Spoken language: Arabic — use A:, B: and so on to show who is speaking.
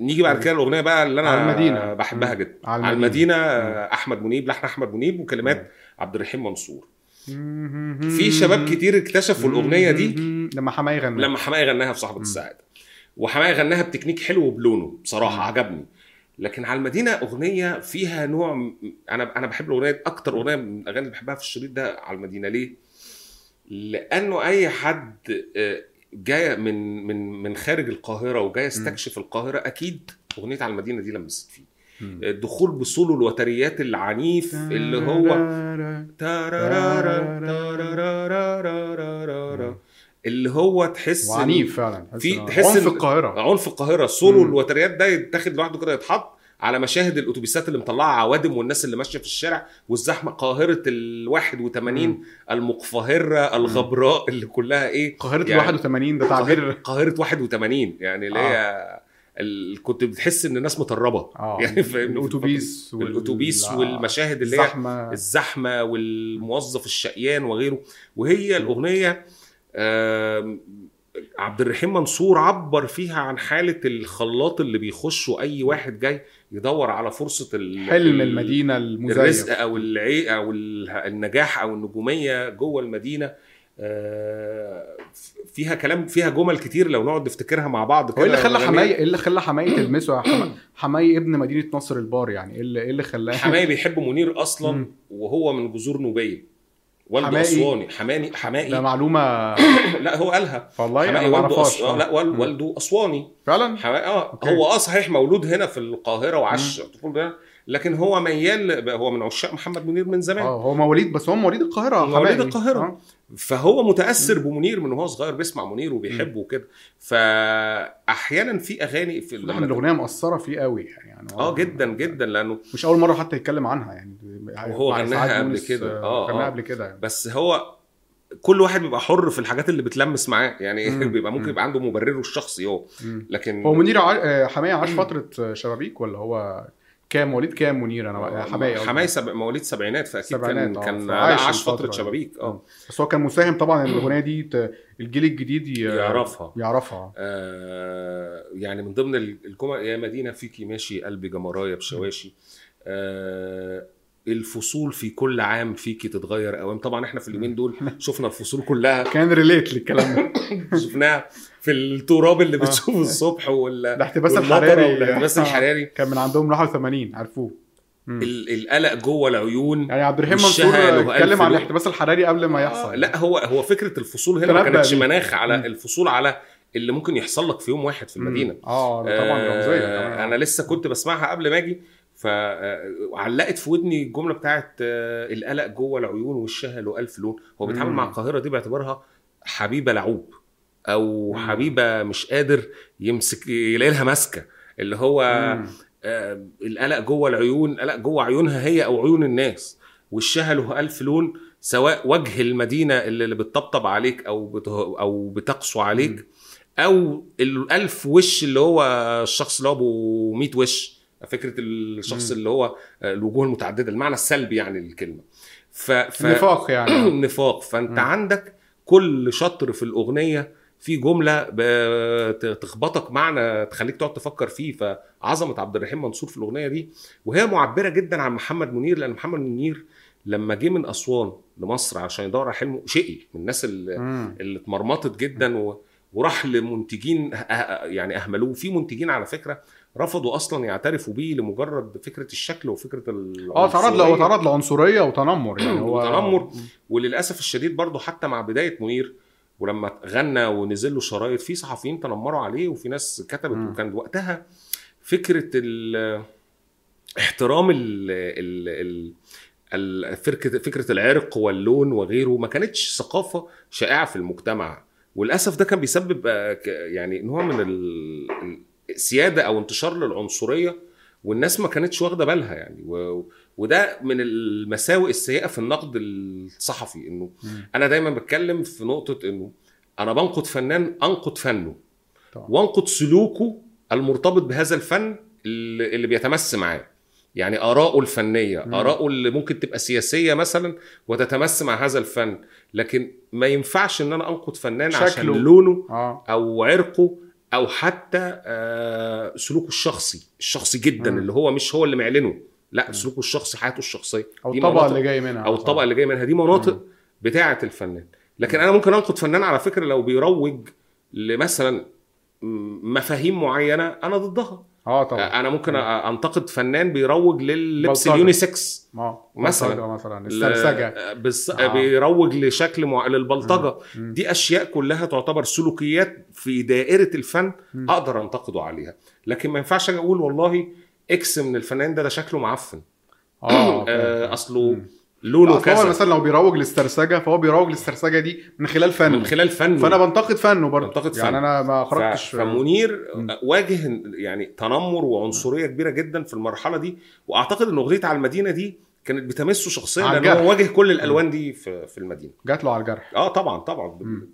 A: نيجي بعد كده الاغنيه بقى اللي انا
B: طيب. على المدينة.
A: بحبها
B: مم.
A: جدا
B: على
A: على المدينه
B: المدينة.
A: احمد منيب لحن احمد منيب وكلمات عبد الرحيم منصور
B: في
A: في شباب كتير اكتشفوا الاغنيه دي
B: لما حماية غنى
A: لما حماقي غناها في صاحبه السعاده وحماقي غناها بتكنيك حلو وبلونه بصراحه
B: مم.
A: عجبني لكن على المدينه اغنيه فيها نوع م- انا انا بحب الاغنيه اكتر اغنيه من الاغاني اللي بحبها في الشريط ده على المدينه ليه؟ لانه اي حد آه، جاي من من من خارج القاهره وجاي يستكشف القاهره اكيد اغنيه على المدينه دي لمست فيه
B: مم.
A: آه، الدخول بسولو الوتريات العنيف اللي هو تارارارا، تارارارا، اللي هو تحس إن-
B: وعنيف فعلا
A: في- آه.
B: إن-
A: تحس
B: عنف
A: إن-
B: القاهرة
A: عنف القاهره السولو
B: مم.
A: والوتريات ده يتاخد لوحده كده يتحط على مشاهد الاتوبيسات اللي مطلعه عوادم والناس اللي ماشيه في الشارع والزحمه قاهره ال 81
B: مم.
A: المقفهره الغبراء اللي كلها ايه
B: قاهرة ال
A: يعني-
B: 81 ده تعبير
A: قاهره 81 يعني اللي هي ال- كنت بتحس ان الناس متربه
B: اه
A: يعني فاهمني؟
B: الاتوبيس وال-
A: الاتوبيس والمشاهد اللي هي
B: الزحمة
A: الزحمه والموظف الشقيان وغيره وهي الاغنيه آم، عبد الرحيم منصور عبر فيها عن حاله الخلاط اللي بيخش واي واحد جاي يدور على فرصه ال-
B: حلم
A: ال-
B: المدينة المزيف
A: الرزق او العي او ال- النجاح او النجوميه جوه المدينه آه، فيها كلام فيها جمل كتير لو نقعد نفتكرها مع بعض كده
B: هو ايه اللي خلى
A: غنية.
B: حماية ايه اللي خلى حماية تلمسه حما- حماية ابن مدينة نصر البار يعني ايه اللي ايه اللي خلاه
A: حماية بيحب منير اصلا
B: مم.
A: وهو من جذور نوبيه والده
B: حماقي.
A: اسواني حماني حمائي
B: ده معلومة
A: لا هو قالها
B: والله انا
A: حماقي
B: طيب، يعني ما
A: والده أس...
B: اعرفهاش
A: آه، لا وال...
B: مم.
A: والده اسواني
B: فعلا
A: حماقي اه
B: أوكي.
A: هو اه صحيح مولود هنا في القاهره وعاش طفولته هنا لكن هو ميال هو من عشاق محمد منير من زمان
B: اه هو مواليد بس هو مواليد القاهرة
A: مواليد
B: حماقي.
A: القاهرة.
B: آه.
A: فهو متاثر بمنير من وهو صغير بيسمع منير وبيحبه وكده فاحيانا في اغاني في
B: صراحة الاغنية مؤثرة فيه قوي يعني, يعني هو-
A: اه جدا جدا لانه
B: مش اول مرة حتى يتكلم عنها يعني
A: وهو
B: مع
A: غناها
B: سعاد
A: قبل
B: يونس،
A: كده.
B: آه،
A: آه،
B: غناها
A: آه.
B: قبل كده يعني
A: بس هو كل واحد بيبقى حر في الحاجات اللي بتلمس معاه يعني
B: مم.
A: بيبقى ممكن
B: مم.
A: يبقى عنده مبرره الشخصي هو
B: مم.
A: لكن
B: هو منير ع... آه، حماية عاش فترة شبابيك ولا هو كام مواليد كام منير انا يعني حماية قصدي.
A: آه، حماية سب... مواليد سبعينات فاكيد
B: سبعينات،
A: كان
B: آه،
A: كان
B: فعايش
A: عاش
B: الفترة
A: فتره
B: دي.
A: شبابيك اه
B: بس هو كان مساهم طبعا ان الاغنيه دي ت- الجيل الجديد ي...
A: يعرفها
B: يعرفها
A: آه يعني من ضمن ال- الجمل يا مدينه فيكي ماشي قلبي جمرايه بشواشي آه الفصول في كل عام فيكي تتغير اوام طبعا احنا في اليومين دول شفنا الفصول كلها
B: كان ريليت للكلام ده
A: شفناها في التراب اللي
B: آه.
A: بتشوفه الصبح وال
B: الاحتباس
A: والمطرة
B: الحراري يعني. آه.
A: والاحتباس الحراري
B: كان من عندهم راحوا 80 عرفوه مم.
A: ال- القلق جوه العيون
B: يعني عبد الرحيم
A: والشها
B: منصور
A: له ألف
B: اتكلم عن
A: لون.
B: الاحتباس الحراري قبل ما
A: آه،
B: يحصل
A: لا هو هو فكره الفصول هنا ما
B: تنبأ
A: كانتش
B: بيه.
A: مناخ على
B: مم.
A: الفصول على اللي ممكن يحصل لك في يوم واحد في
B: مم.
A: المدينه
B: اه ده طبعا
A: آه،
B: رمزيه
A: انا لسه كنت بسمعها قبل ما اجي فعلقت في ودني الجمله بتاعت آه، القلق جوه العيون وشها له الف لون هو بيتعامل
B: مم.
A: مع القاهره دي باعتبارها حبيبه لعوب او
B: مم.
A: حبيبه مش قادر يمسك يلاقي لها ماسكه اللي هو
B: مم.
A: آه، القلق جوه العيون القلق جوه عيونها هي او عيون الناس وشها له الف لون سواء وجه المدينه اللي اللي بتطبطب عليك او بت... او بتقسو عليك او الالف وش اللي هو الشخص اللي هو ابو 100 وش فكره الشخص
B: مم.
A: اللي هو آه، الوجوه المتعدده المعنى السلبي يعني للكلمه ف... ف...
B: نفاق يعني
A: نفاق فانت
B: مم.
A: عندك كل شطر في الاغنيه في جمله ب- ت- تخبطك معنى تخليك تقعد تفكر فيه فعظمه عبد الرحيم منصور في الاغنيه دي وهي معبره جدا عن محمد منير لان محمد منير لما جه من اسوان لمصر عشان يدور على حلمه شقي من الناس اللي,
B: مم.
A: اللي اتمرمطت جدا و... وراح لمنتجين أه- أه- يعني اهملوه في منتجين على فكره رفضوا اصلا يعترفوا بيه لمجرد فكره الشكل وفكره
B: اه تعرض له هو
A: العنصرية.
B: تعرض لعنصريه وتنمر يعني هو
A: وتنمر. وللاسف الشديد برضه حتى مع بدايه منير ولما غنى ونزل له شرايط في صحفيين تنمروا عليه وفي ناس كتبت
B: مم.
A: وكان وقتها فكره ال احترام ال ال ال ال- فكره فكره العرق واللون وغيره ما كانتش ثقافه شائعه في المجتمع وللاسف ده كان بيسبب آه، ك- يعني نوع من ال- السياده او انتشار للعنصريه والناس ما كانتش واخده بالها يعني و... وده من المساوئ السيئه في النقد الصحفي انه
B: مم.
A: انا دايما بتكلم في نقطه انه انا بنقد فنان انقد فنه
B: طبعا.
A: وانقد سلوكه المرتبط بهذا الفن اللي اللي بيتمس معاه يعني اراءه الفنيه
B: مم.
A: اراءه اللي ممكن تبقى سياسيه مثلا وتتمس مع هذا الفن لكن ما ينفعش ان انا انقد فنان عشان
B: شكله.
A: لونه
B: اه
A: او عرقه او حتى آه، سلوكه الشخصي الشخصي جدا
B: مم.
A: اللي هو مش هو اللي معلنه لا
B: مم.
A: سلوكه الشخصي حياته الشخصيه
B: او
A: دي
B: الطبقه
A: مناطق-
B: اللي جاي منها
A: او الطبقه اللي جاي منها دي مناطق بتاعه الفنان لكن انا ممكن انقد فنان على فكره لو بيروج لمثلا م- مفاهيم معينه انا ضدها
B: اه طبعا
A: انا ممكن أ- انتقد فنان بيروج لللبس
B: بلطجة.
A: اليونيسكس
B: اه
A: مثلا.
B: مثلا مثلا
A: آه، ل-
B: السرسجه
A: بس...
B: آه.
A: بيروج لشكل مع... للبلطجه
B: مم.
A: دي اشياء كلها تعتبر سلوكيات في دائره الفن
B: مم.
A: اقدر انتقده عليها لكن ما ينفعش اجي اقول والله اكس من الفنان ده ده شكله معفن
B: اه
A: آه، اصله
B: مم.
A: لونه
B: أصل هو
A: كذا
B: مثلا لو بيروج للسرسجه فهو بيروج للسرسجه دي من خلال فنه
A: من خلال فنه
B: فانا بنتقد فنه برضه
A: بنتقد
B: يعني
A: فنه.
B: انا ما
A: ف-
B: خرجتش
A: فمنير
B: مم.
A: واجه يعني تنمر وعنصريه كبيره جدا في المرحله دي واعتقد ان اغنيه على المدينه دي كانت بتمسه شخصيا
B: على
A: لان
B: الجرح.
A: هو واجه كل الالوان دي في في المدينه
B: جات له على الجرح
A: اه طبعا طبعا
B: مم.